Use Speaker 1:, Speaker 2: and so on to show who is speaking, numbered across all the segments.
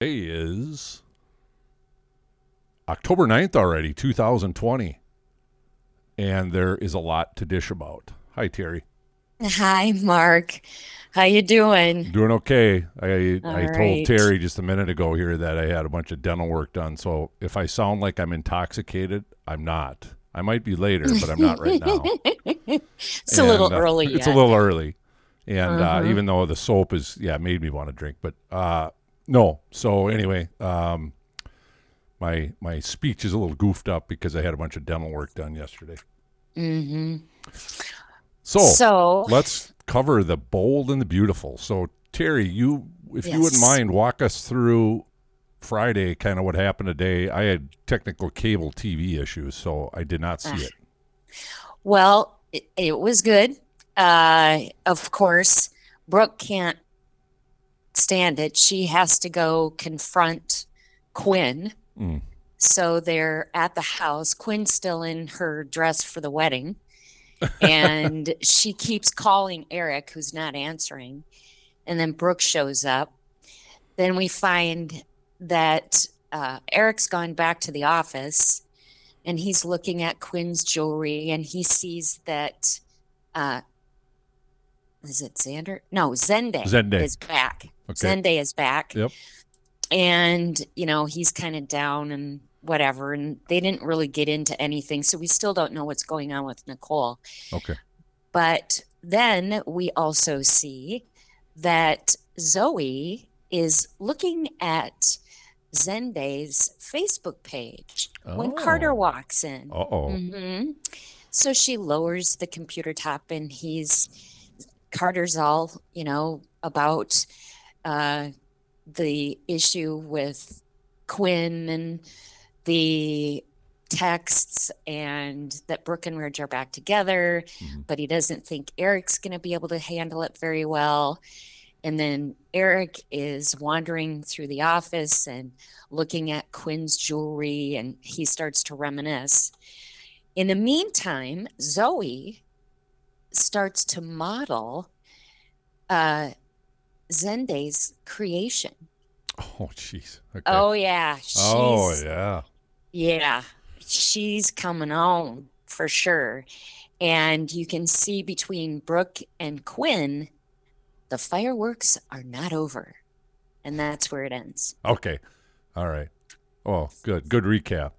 Speaker 1: Today is October 9th already, 2020. And there is a lot to dish about. Hi, Terry.
Speaker 2: Hi, Mark. How you doing?
Speaker 1: Doing okay. I
Speaker 2: All
Speaker 1: I told
Speaker 2: right.
Speaker 1: Terry just a minute ago here that I had a bunch of dental work done. So if I sound like I'm intoxicated, I'm not. I might be later, but I'm not right now.
Speaker 2: It's a little
Speaker 1: And, uh,
Speaker 2: early
Speaker 1: It's
Speaker 2: yet.
Speaker 1: a little early, and uh,
Speaker 2: Mhm.
Speaker 1: even though the soap is yeah made me want to drink, but uh, no. So anyway, um, my my speech is a little goofed up because I had a bunch of dental work done yesterday.
Speaker 2: hmm
Speaker 1: So,
Speaker 2: so
Speaker 1: let's cover the bold and the beautiful. So Terry, you if you wouldn't
Speaker 2: Yes.
Speaker 1: mind, walk us through Friday, kind of what happened today. I had technical cable TV issues, so I did not see
Speaker 2: Ah.
Speaker 1: it.
Speaker 2: Well, it, it was good. Uh, of course, Brooke can't stand it. She has to go confront Quinn.
Speaker 1: Mm.
Speaker 2: So they're at the house. Quinn's still in her dress for the wedding. And she keeps calling Eric, who's not answering. And then Brooke shows up. Then we find that uh, Eric's gone back to the office and he's looking at Quinn's jewelry and he sees that uh is it Xander? No, Zenday,
Speaker 1: Zenday.
Speaker 2: is back.
Speaker 1: Okay.
Speaker 2: Zenday is back.
Speaker 1: Yep.
Speaker 2: And, you know, he's kind of down and whatever. And they didn't really get into anything. So we still don't know what's going on with Nicole.
Speaker 1: Okay.
Speaker 2: But then we also see that Zoe is looking at Zenday's Facebook page when Carter
Speaker 1: Oh.
Speaker 2: walks in.
Speaker 1: Uh oh.
Speaker 2: hmm So she lowers the computer top, and he's Carter's all you know about uh, the issue with Quinn and the texts, and that Brooke and Ridge are back together,
Speaker 1: Mhm.
Speaker 2: but he doesn't think Eric's going to be able to handle it very well. And then Eric is wandering through the office and looking at Quinn's jewelry, and he starts to reminisce. In the meantime, Zoe starts to model uh, Zenday's creation.
Speaker 1: Oh jeez. Okay.
Speaker 2: Oh yeah, she's
Speaker 1: Oh yeah.
Speaker 2: yeah, she's coming on for sure. And you can see between Brooke and Quinn, the fireworks are not over, and that's where it ends.
Speaker 1: Okay. All right. Oh, good. Good recap.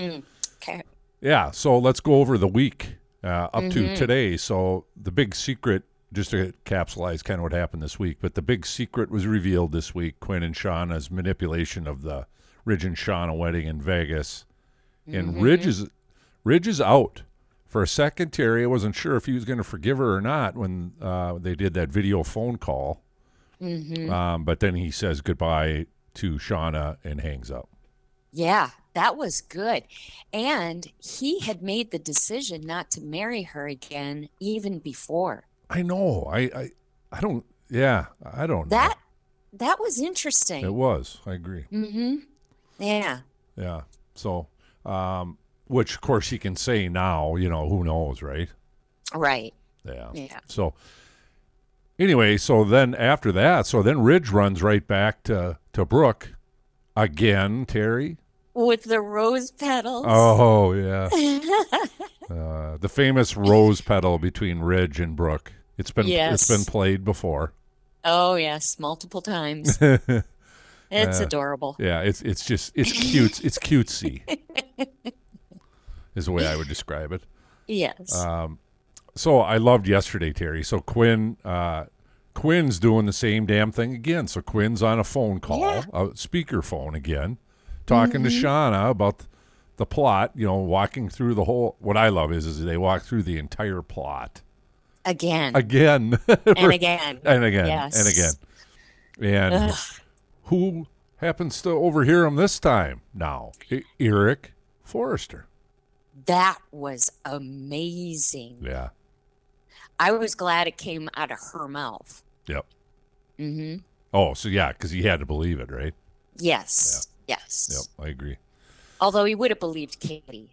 Speaker 2: Okay.
Speaker 1: Yeah. So let's go over the week uh, up to
Speaker 2: Mhm.
Speaker 1: today. So the big secret, just to capsulize kind of what happened this week, but the big secret was revealed this week Quinn and Shauna's manipulation of the Ridge and Shauna wedding in Vegas. And
Speaker 2: Mm-hmm.
Speaker 1: Ridge is Ridge is out. For a second, Terry, I wasn't sure if he was going to forgive her or not when uh, they did that video phone call.
Speaker 2: hmm
Speaker 1: Um, but then he says goodbye to Shauna and hangs up.
Speaker 2: Yeah, that was good. And he had made the decision not to marry her again even before.
Speaker 1: I know. I I, I don't. Yeah, I don't.
Speaker 2: That that was
Speaker 1: know. it
Speaker 2: interesting.
Speaker 1: was. I agree.
Speaker 2: Mm-hmm. Yeah.
Speaker 1: Yeah. So, um, which of course he can say now. You know, who knows, right?
Speaker 2: Right.
Speaker 1: Yeah.
Speaker 2: Yeah.
Speaker 1: So, anyway, so then after that, so then Ridge runs right back to to Brooke again, Terry.
Speaker 2: With the rose petals.
Speaker 1: Oh yeah,
Speaker 2: Oh.
Speaker 1: uh, the famous rose petal between Ridge and Brooke. It's been it's
Speaker 2: Yes.
Speaker 1: been played before.
Speaker 2: Oh, yes, multiple times. It's
Speaker 1: Uh,
Speaker 2: adorable.
Speaker 1: Yeah, it's it's just it's cute. It's cutesy, is the way I would describe it.
Speaker 2: Yes.
Speaker 1: Um, so I loved yesterday, Terry. So Quinn, uh, Quinn's doing the same damn thing again. So Quinn's on a phone call,
Speaker 2: Yeah. Mm-hmm.
Speaker 1: a speaker phone again, talking to Shauna about the plot. You know, walking through the whole. What I love is is they walk through the entire plot
Speaker 2: again
Speaker 1: again
Speaker 2: and again.
Speaker 1: and again
Speaker 2: Yes.
Speaker 1: and again. And
Speaker 2: Ugh.
Speaker 1: who happens to overhear him this time? Now, E- Eric Forrester.
Speaker 2: That was amazing.
Speaker 1: Yeah.
Speaker 2: I was glad it came out of her mouth.
Speaker 1: Yep.
Speaker 2: Mm-hmm.
Speaker 1: Oh, so yeah, because he had to believe it, right?
Speaker 2: Yes. Yes.
Speaker 1: Yep, I agree.
Speaker 2: Although he would have believed Katie.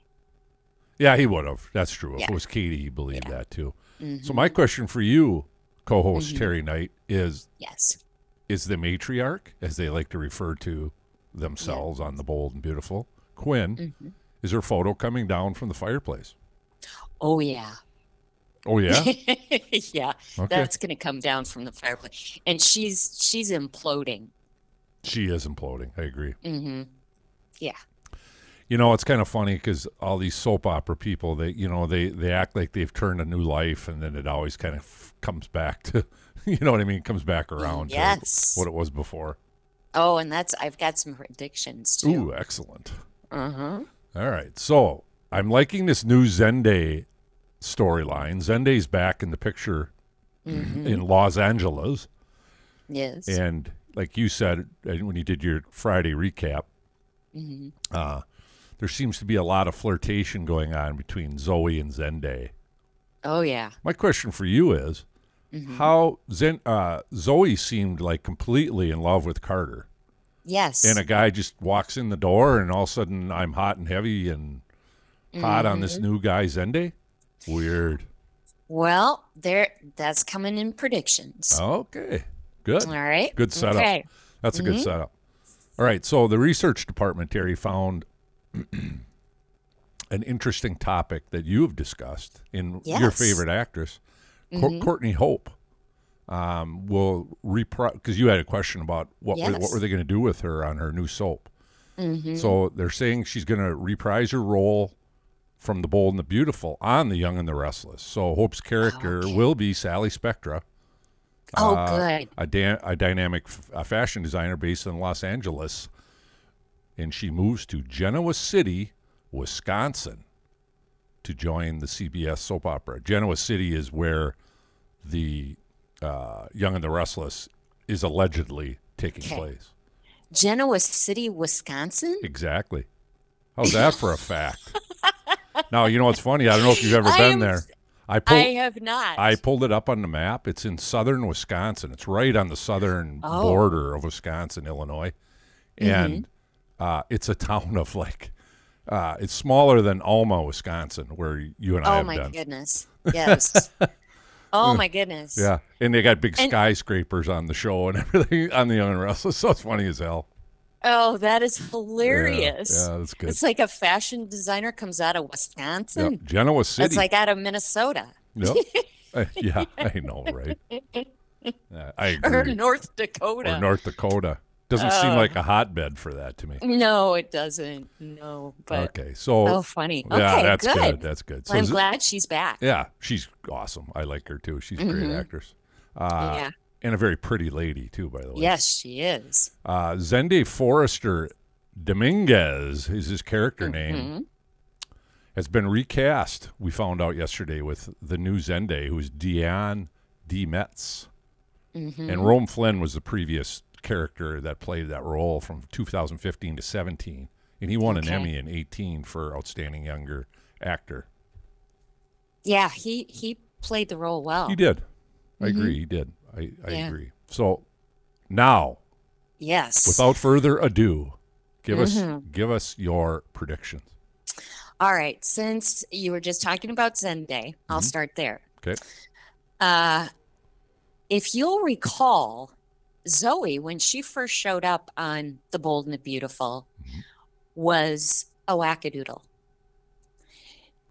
Speaker 1: Yeah, he would have. That's true. If it
Speaker 2: Yeah.
Speaker 1: was Katie, he believed that too.
Speaker 2: Mhm.
Speaker 1: So my question for you, co-host
Speaker 2: Mhm.
Speaker 1: Terry Knight, is
Speaker 2: yes.
Speaker 1: is the matriarch, as they like to refer to themselves on the bold and beautiful. Quinn
Speaker 2: Mm-hmm.
Speaker 1: is her photo coming down from the fireplace.
Speaker 2: Oh yeah.
Speaker 1: Oh yeah.
Speaker 2: yeah.
Speaker 1: Okay.
Speaker 2: That's gonna come down from the fireplace. And she's she's imploding.
Speaker 1: she is imploding. I agree.
Speaker 2: hmm Yeah.
Speaker 1: You know, it's kind of funny because all these soap opera people, they you know they they act like they've turned a new life, and then it always kind of f- comes back to, you know what I mean, comes back around
Speaker 2: Yes.
Speaker 1: to what it was before.
Speaker 2: Oh, and that's I've got some predictions too.
Speaker 1: Ooh, excellent.
Speaker 2: Uh huh.
Speaker 1: All right, so I'm liking this new Zenday storyline. Zende's back in the picture in Los Angeles,
Speaker 2: Yes.
Speaker 1: and like you said uh, when you did your Friday recap,
Speaker 2: hmm
Speaker 1: uh, there seems to be a lot of flirtation going on between Zoe and Zenday.
Speaker 2: Oh yeah.
Speaker 1: My question for you is how Zen, uh, Zoe seemed like completely in love with Carter,
Speaker 2: Yes.
Speaker 1: and a guy just walks in the door, and all of a sudden I'm hot and heavy and hot on this new guy Zende. Weird.
Speaker 2: well, there that's coming in predictions.
Speaker 1: Okay, Oh, good.
Speaker 2: All right.
Speaker 1: Good setup.
Speaker 2: Okay.
Speaker 1: That's a
Speaker 2: Mm-hmm.
Speaker 1: good setup. All right, so the research department, Terry, found an interesting topic that you have discussed in your
Speaker 2: Yes. Mm-hmm.
Speaker 1: favorite actress, Cour- Courtney Hope. Um, will repro because you had a question about what were, what
Speaker 2: Yes.
Speaker 1: were they going to do with her on her new soap.
Speaker 2: hmm
Speaker 1: So they're saying she's going to reprise her role from The Bold and the Beautiful on The Young and the Restless. So Hope's character
Speaker 2: okay.
Speaker 1: will be Sally Spectra,
Speaker 2: Oh,
Speaker 1: uh,
Speaker 2: good.
Speaker 1: a, dan- a dynamic f- a fashion designer based in Los Angeles, and she moves to Genoa City, Wisconsin, to join the CBS soap opera. Genoa City is where the uh, Young and the Restless is allegedly taking
Speaker 2: Okay.
Speaker 1: place.
Speaker 2: Genoa City, Wisconsin.
Speaker 1: Exactly. How's that for a fact? now you know what's funny. I don't know if you've ever
Speaker 2: I
Speaker 1: been
Speaker 2: am-
Speaker 1: there. I pulled.
Speaker 2: I
Speaker 1: I-
Speaker 2: have not.
Speaker 1: pulled it up on the map. It's in southern Wisconsin. It's right on the southern
Speaker 2: Oh. Mm-hmm.
Speaker 1: border of Wisconsin, Illinois, and uh, it's a town of like uh, it's smaller than Alma, Wisconsin, where you and I
Speaker 2: oh
Speaker 1: have
Speaker 2: my
Speaker 1: done. Mm.
Speaker 2: goodness. Yes. oh my goodness.
Speaker 1: Yeah, and they got big
Speaker 2: And-
Speaker 1: skyscrapers on the show and everything on the Young and Restless. So it's funny as hell.
Speaker 2: Oh, that is
Speaker 1: Yeah,
Speaker 2: hilarious.
Speaker 1: Yeah, that's good.
Speaker 2: It's like a fashion designer comes out of Wisconsin.
Speaker 1: Yep. Genoa City.
Speaker 2: It's like out of Minnesota
Speaker 1: Yep. Uh, yeah, I know, right? Uh, I
Speaker 2: or
Speaker 1: agree.
Speaker 2: North Dakota.
Speaker 1: Or North Dakota. Doesn't seem
Speaker 2: Oh.
Speaker 1: like a hotbed for that to me.
Speaker 2: no, it doesn't. No, but
Speaker 1: okay, so
Speaker 2: oh, funny.
Speaker 1: yeah,
Speaker 2: okay,
Speaker 1: that's
Speaker 2: good.
Speaker 1: good. That's good. So
Speaker 2: I'm
Speaker 1: Z-
Speaker 2: glad she's back.
Speaker 1: yeah, she's awesome. I like her too. She's a great
Speaker 2: Mhm.
Speaker 1: actress. Uh,
Speaker 2: yeah.
Speaker 1: And a very pretty lady too, by the way.
Speaker 2: Yes, she is.
Speaker 1: Uh, Zenday Forrester Dominguez is his character name.
Speaker 2: Mhm.
Speaker 1: Has been recast. We found out yesterday with the new Zenday, who is Dion D. Metz.
Speaker 2: Mhm.
Speaker 1: And Rome Flynn was the previous character that played that role from 2015 to 17, and he won an
Speaker 2: Okay.
Speaker 1: Emmy in 18 for outstanding younger actor.
Speaker 2: Yeah, he he played the role well.
Speaker 1: He did. I agree. He did. I, I
Speaker 2: Oh. Mm-hmm. Yeah.
Speaker 1: agree. So now,
Speaker 2: Yes.
Speaker 1: without further ado, give us
Speaker 2: Mhm.
Speaker 1: give us your predictions.
Speaker 2: All right. Since you were just talking about Zenday, I'll
Speaker 1: Mm-hmm.
Speaker 2: start there.
Speaker 1: Okay.
Speaker 2: Uh, if you'll recall, Zoe, when she first showed up on The Bold and the Beautiful,
Speaker 1: Mm-hmm.
Speaker 2: was a wackadoodle.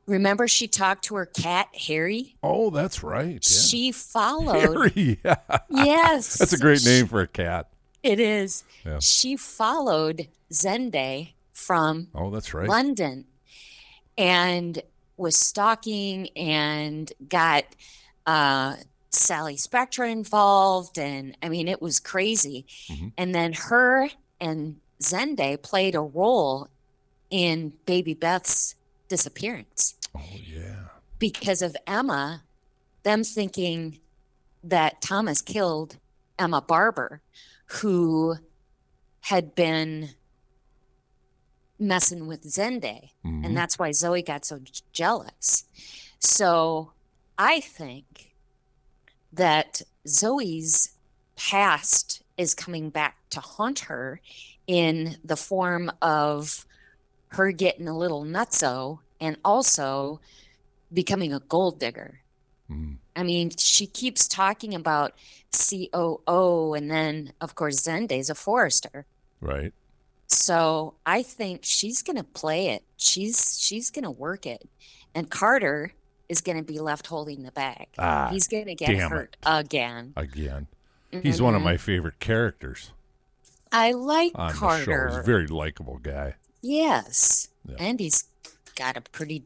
Speaker 2: Remember, she talked to her cat, Harry?
Speaker 1: Oh, that's right. Yeah.
Speaker 2: She followed.
Speaker 1: Harry. Yeah.
Speaker 2: Yes.
Speaker 1: That's a great
Speaker 2: she-
Speaker 1: name for a cat.
Speaker 2: It is.
Speaker 1: Yeah.
Speaker 2: She followed Zenday from
Speaker 1: Oh, that's right.
Speaker 2: London and was stalking and got uh, Sally Spectra involved. And I mean, it was crazy.
Speaker 1: Mhm.
Speaker 2: And then her and Zenday played a role in Baby Beth's disappearance
Speaker 1: Oh, yeah.
Speaker 2: because of Emma, them thinking that Thomas killed Emma Barber, who had been messing with Zenday
Speaker 1: Mhm.
Speaker 2: and that's why Zoe got so j- jealous. So I think that Zoe's past is coming back to haunt her in the form of her getting a little nutso and also becoming a gold digger.
Speaker 1: Mm.
Speaker 2: I mean, she keeps talking about COO, and then, of course, Zende's a forester.
Speaker 1: Right.
Speaker 2: So I think she's going to play it. She's she's going to work it, and Carter is going to be left holding the bag.
Speaker 1: Ah,
Speaker 2: He's going to get
Speaker 1: damn
Speaker 2: hurt again.
Speaker 1: Again, he's one of
Speaker 2: Mhm.
Speaker 1: my favorite characters
Speaker 2: Mm-hmm. I like
Speaker 1: on the
Speaker 2: Carter.
Speaker 1: show. He's a very likable guy.
Speaker 2: yes,
Speaker 1: Yeah.
Speaker 2: and he's got a pretty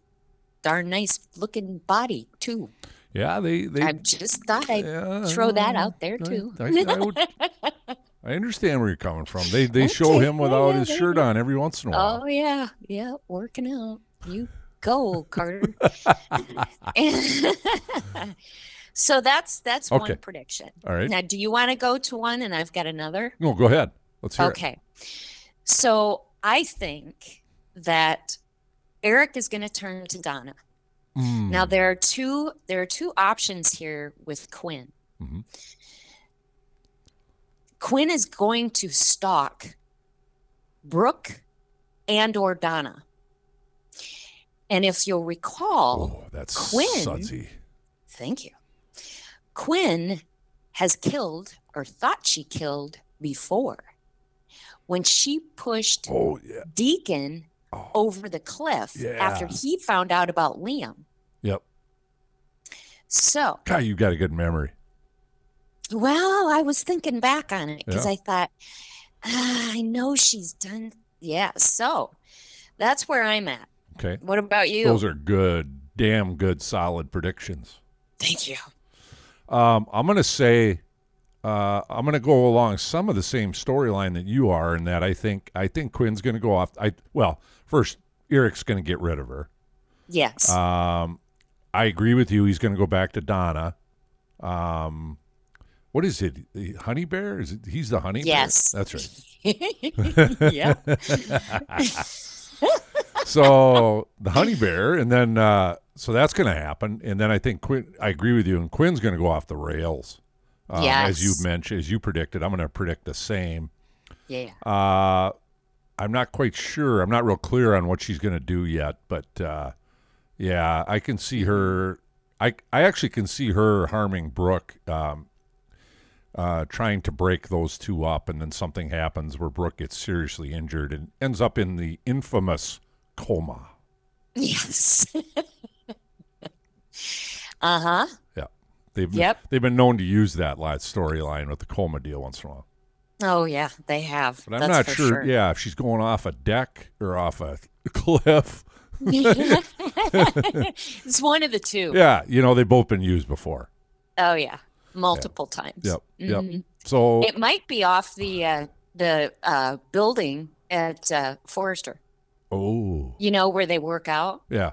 Speaker 2: darn nice looking body too.
Speaker 1: Yeah, they they
Speaker 2: I just thought I'd
Speaker 1: Yeah,
Speaker 2: throw that out there
Speaker 1: I-
Speaker 2: too. Oh,
Speaker 1: I, I would- I understand where you're coming from. They they show
Speaker 2: Okay,
Speaker 1: him
Speaker 2: yeah,
Speaker 1: without
Speaker 2: yeah,
Speaker 1: his
Speaker 2: there you
Speaker 1: shirt
Speaker 2: go.
Speaker 1: on every once in a while.
Speaker 2: Oh yeah, yeah, working out. You go, Carter. And- so that's that's
Speaker 1: Okay.
Speaker 2: one prediction.
Speaker 1: All right.
Speaker 2: Now, do you want to go to one, and I've got another?
Speaker 1: No, go ahead. Let's hear it.
Speaker 2: Okay. So I think that Eric is going to turn to Donna.
Speaker 1: Mm,
Speaker 2: Now there are two there are two options here with Quinn.
Speaker 1: Mhm.
Speaker 2: Quinn is going to stalk Brooke and or Donna. And if you'll recall,
Speaker 1: oh, that's
Speaker 2: Quinn.
Speaker 1: sudsy.
Speaker 2: thank you. Quinn has killed or thought she killed before when she pushed
Speaker 1: Oh yeah.
Speaker 2: Deacon
Speaker 1: Oh.
Speaker 2: over the cliff after
Speaker 1: Yeah.
Speaker 2: he found out about Liam.
Speaker 1: Yep.
Speaker 2: So,
Speaker 1: God, you got a good memory.
Speaker 2: well, I was thinking back on it because
Speaker 1: Yeah.
Speaker 2: I thought, ah, I know she's done. Yeah. So that's where I'm at.
Speaker 1: Okay.
Speaker 2: What about you?
Speaker 1: Those are good, damn good, solid predictions.
Speaker 2: Thank you.
Speaker 1: Um, I'm gonna say, uh, I'm gonna go along some of the same storyline that you are, in that I think I think Quinn's gonna go off. I well, first Eric's gonna get rid of her.
Speaker 2: Yes.
Speaker 1: Um, I agree with you. He's going to go back to Donna. Um, what is it? The Honey bear? Is it, he's the honey
Speaker 2: Yes.
Speaker 1: bear? That's right.
Speaker 2: yeah.
Speaker 1: So the honey bear, and then uh, so that's going to happen, and then I think Quinn. I agree with you, and Quinn's going to go off the rails. Um, As you
Speaker 2: Yes.
Speaker 1: mentioned, as you predicted, I'm going to predict the same.
Speaker 2: Yeah.
Speaker 1: Uh, I'm not quite sure. I'm not real clear on what she's going to do yet, but uh, yeah, I can see her. I I actually can see her harming Brooke, um, uh, trying to break those two up, and then something happens where Brooke gets seriously injured and ends up in the infamous coma.
Speaker 2: Yes. uh huh.
Speaker 1: They've
Speaker 2: Yep.
Speaker 1: they've been known to use that last storyline with the coma deal once in a while.
Speaker 2: Oh, yeah. They have.
Speaker 1: But I'm
Speaker 2: That's
Speaker 1: not
Speaker 2: for
Speaker 1: sure. Yeah, if she's going off a deck or off a cliff.
Speaker 2: it's one of the two.
Speaker 1: Yeah, you know they've both been used before.
Speaker 2: Oh yeah, multiple times.
Speaker 1: Yep. Yep.
Speaker 2: Mhm.
Speaker 1: So
Speaker 2: It might be off the uh, the uh, building at uh, Forrester.
Speaker 1: oh
Speaker 2: You know where they work out
Speaker 1: yeah,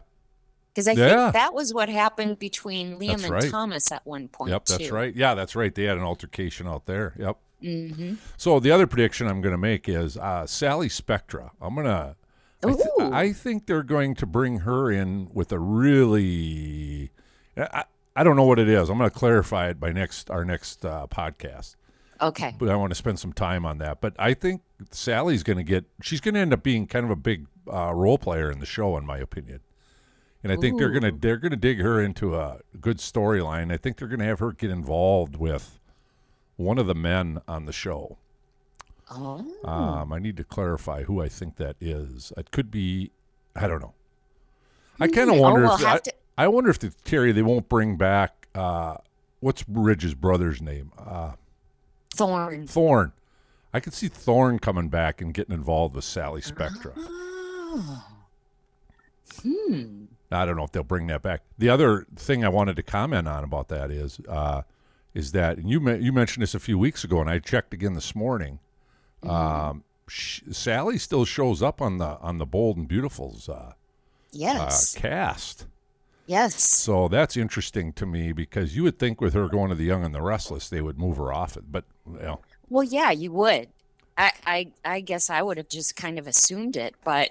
Speaker 2: because I
Speaker 1: Yeah.
Speaker 2: think that was what happened between Liam
Speaker 1: That's
Speaker 2: and
Speaker 1: right.
Speaker 2: Thomas at one point.
Speaker 1: yep, that's right. Yeah, that's right. They had an altercation out there. Yep.
Speaker 2: Mm-hmm.
Speaker 1: So the other prediction I'm going to make is uh, Sally Spectra. I'm gonna. I, th-
Speaker 2: Ooh.
Speaker 1: I think they're going to bring her in with a really. I, I don't know what it is. I'm going to clarify it by next our next uh, podcast.
Speaker 2: Okay.
Speaker 1: But I want to spend some time on that. But I think Sally's going to get. She's going to end up being kind of a big uh, role player in the show, in my opinion. And I think they're going to
Speaker 2: Ooh.
Speaker 1: they're going to dig her into a good storyline. I think they're going to have her get involved with one of the men on the show.
Speaker 2: Oh.
Speaker 1: Um, I need to clarify who I think that is. It could be, I don't know. I kind of
Speaker 2: Hmm.
Speaker 1: wonder
Speaker 2: Oh, we'll
Speaker 1: if I,
Speaker 2: have to.
Speaker 1: I wonder if the Terry they won't bring back uh, what's Ridge's brother's name? Uh,
Speaker 2: Thorn.
Speaker 1: Thorn. I could see Thorn coming back and getting involved with Sally Spectra.
Speaker 2: Oh.
Speaker 1: Ah.
Speaker 2: Hmm.
Speaker 1: I don't know if they'll bring that back. The other thing I wanted to comment on about that is, uh, is that and you me- you mentioned this a few weeks ago, and I checked again this morning. Um, sh- Sally still shows up on the on the Bold and Beautiful's uh,
Speaker 2: Yes.
Speaker 1: uh, cast,
Speaker 2: yes.
Speaker 1: so that's interesting to me because you would think with her going to the Young and the Restless, they would move her off it, but you know,
Speaker 2: Well, yeah, you would. I, I, I guess I would have just kind of assumed it, but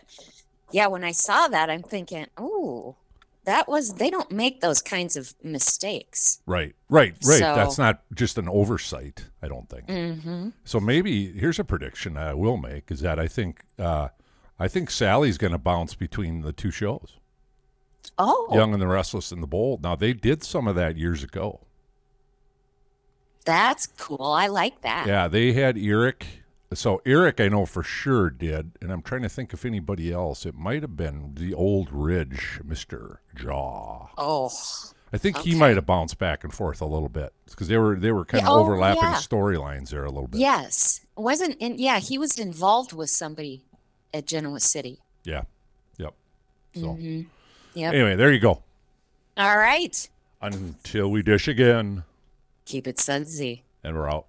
Speaker 2: yeah, when I saw that, I'm thinking, oh, that was they don't make those kinds of mistakes.
Speaker 1: right, right, right.
Speaker 2: So-
Speaker 1: That's not just an oversight. I don't think.
Speaker 2: Mm-hmm.
Speaker 1: So maybe here's a prediction I will make is that I think uh, I think Sally's going to bounce between the two shows.
Speaker 2: Oh,
Speaker 1: Young and the Restless and the Bold. Now they did some of that years ago.
Speaker 2: that's cool. I like that.
Speaker 1: Yeah, they had Eric. So Eric, I know for sure did, and I'm trying to think if anybody else. It might have been the old Ridge, Mister Jaw.
Speaker 2: Oh,
Speaker 1: I think he
Speaker 2: Okay.
Speaker 1: might have bounced back and forth a little bit because they were they were kind
Speaker 2: Yeah,
Speaker 1: of
Speaker 2: oh,
Speaker 1: overlapping
Speaker 2: yeah.
Speaker 1: storylines there a little bit.
Speaker 2: yes. Wasn't in. Yeah, he was involved with somebody at Genoa City.
Speaker 1: Yeah. Yep. So
Speaker 2: Mhm. Yep.
Speaker 1: anyway, there you go.
Speaker 2: All right.
Speaker 1: Until we dish again,
Speaker 2: Keep it sudsy.
Speaker 1: and we're out.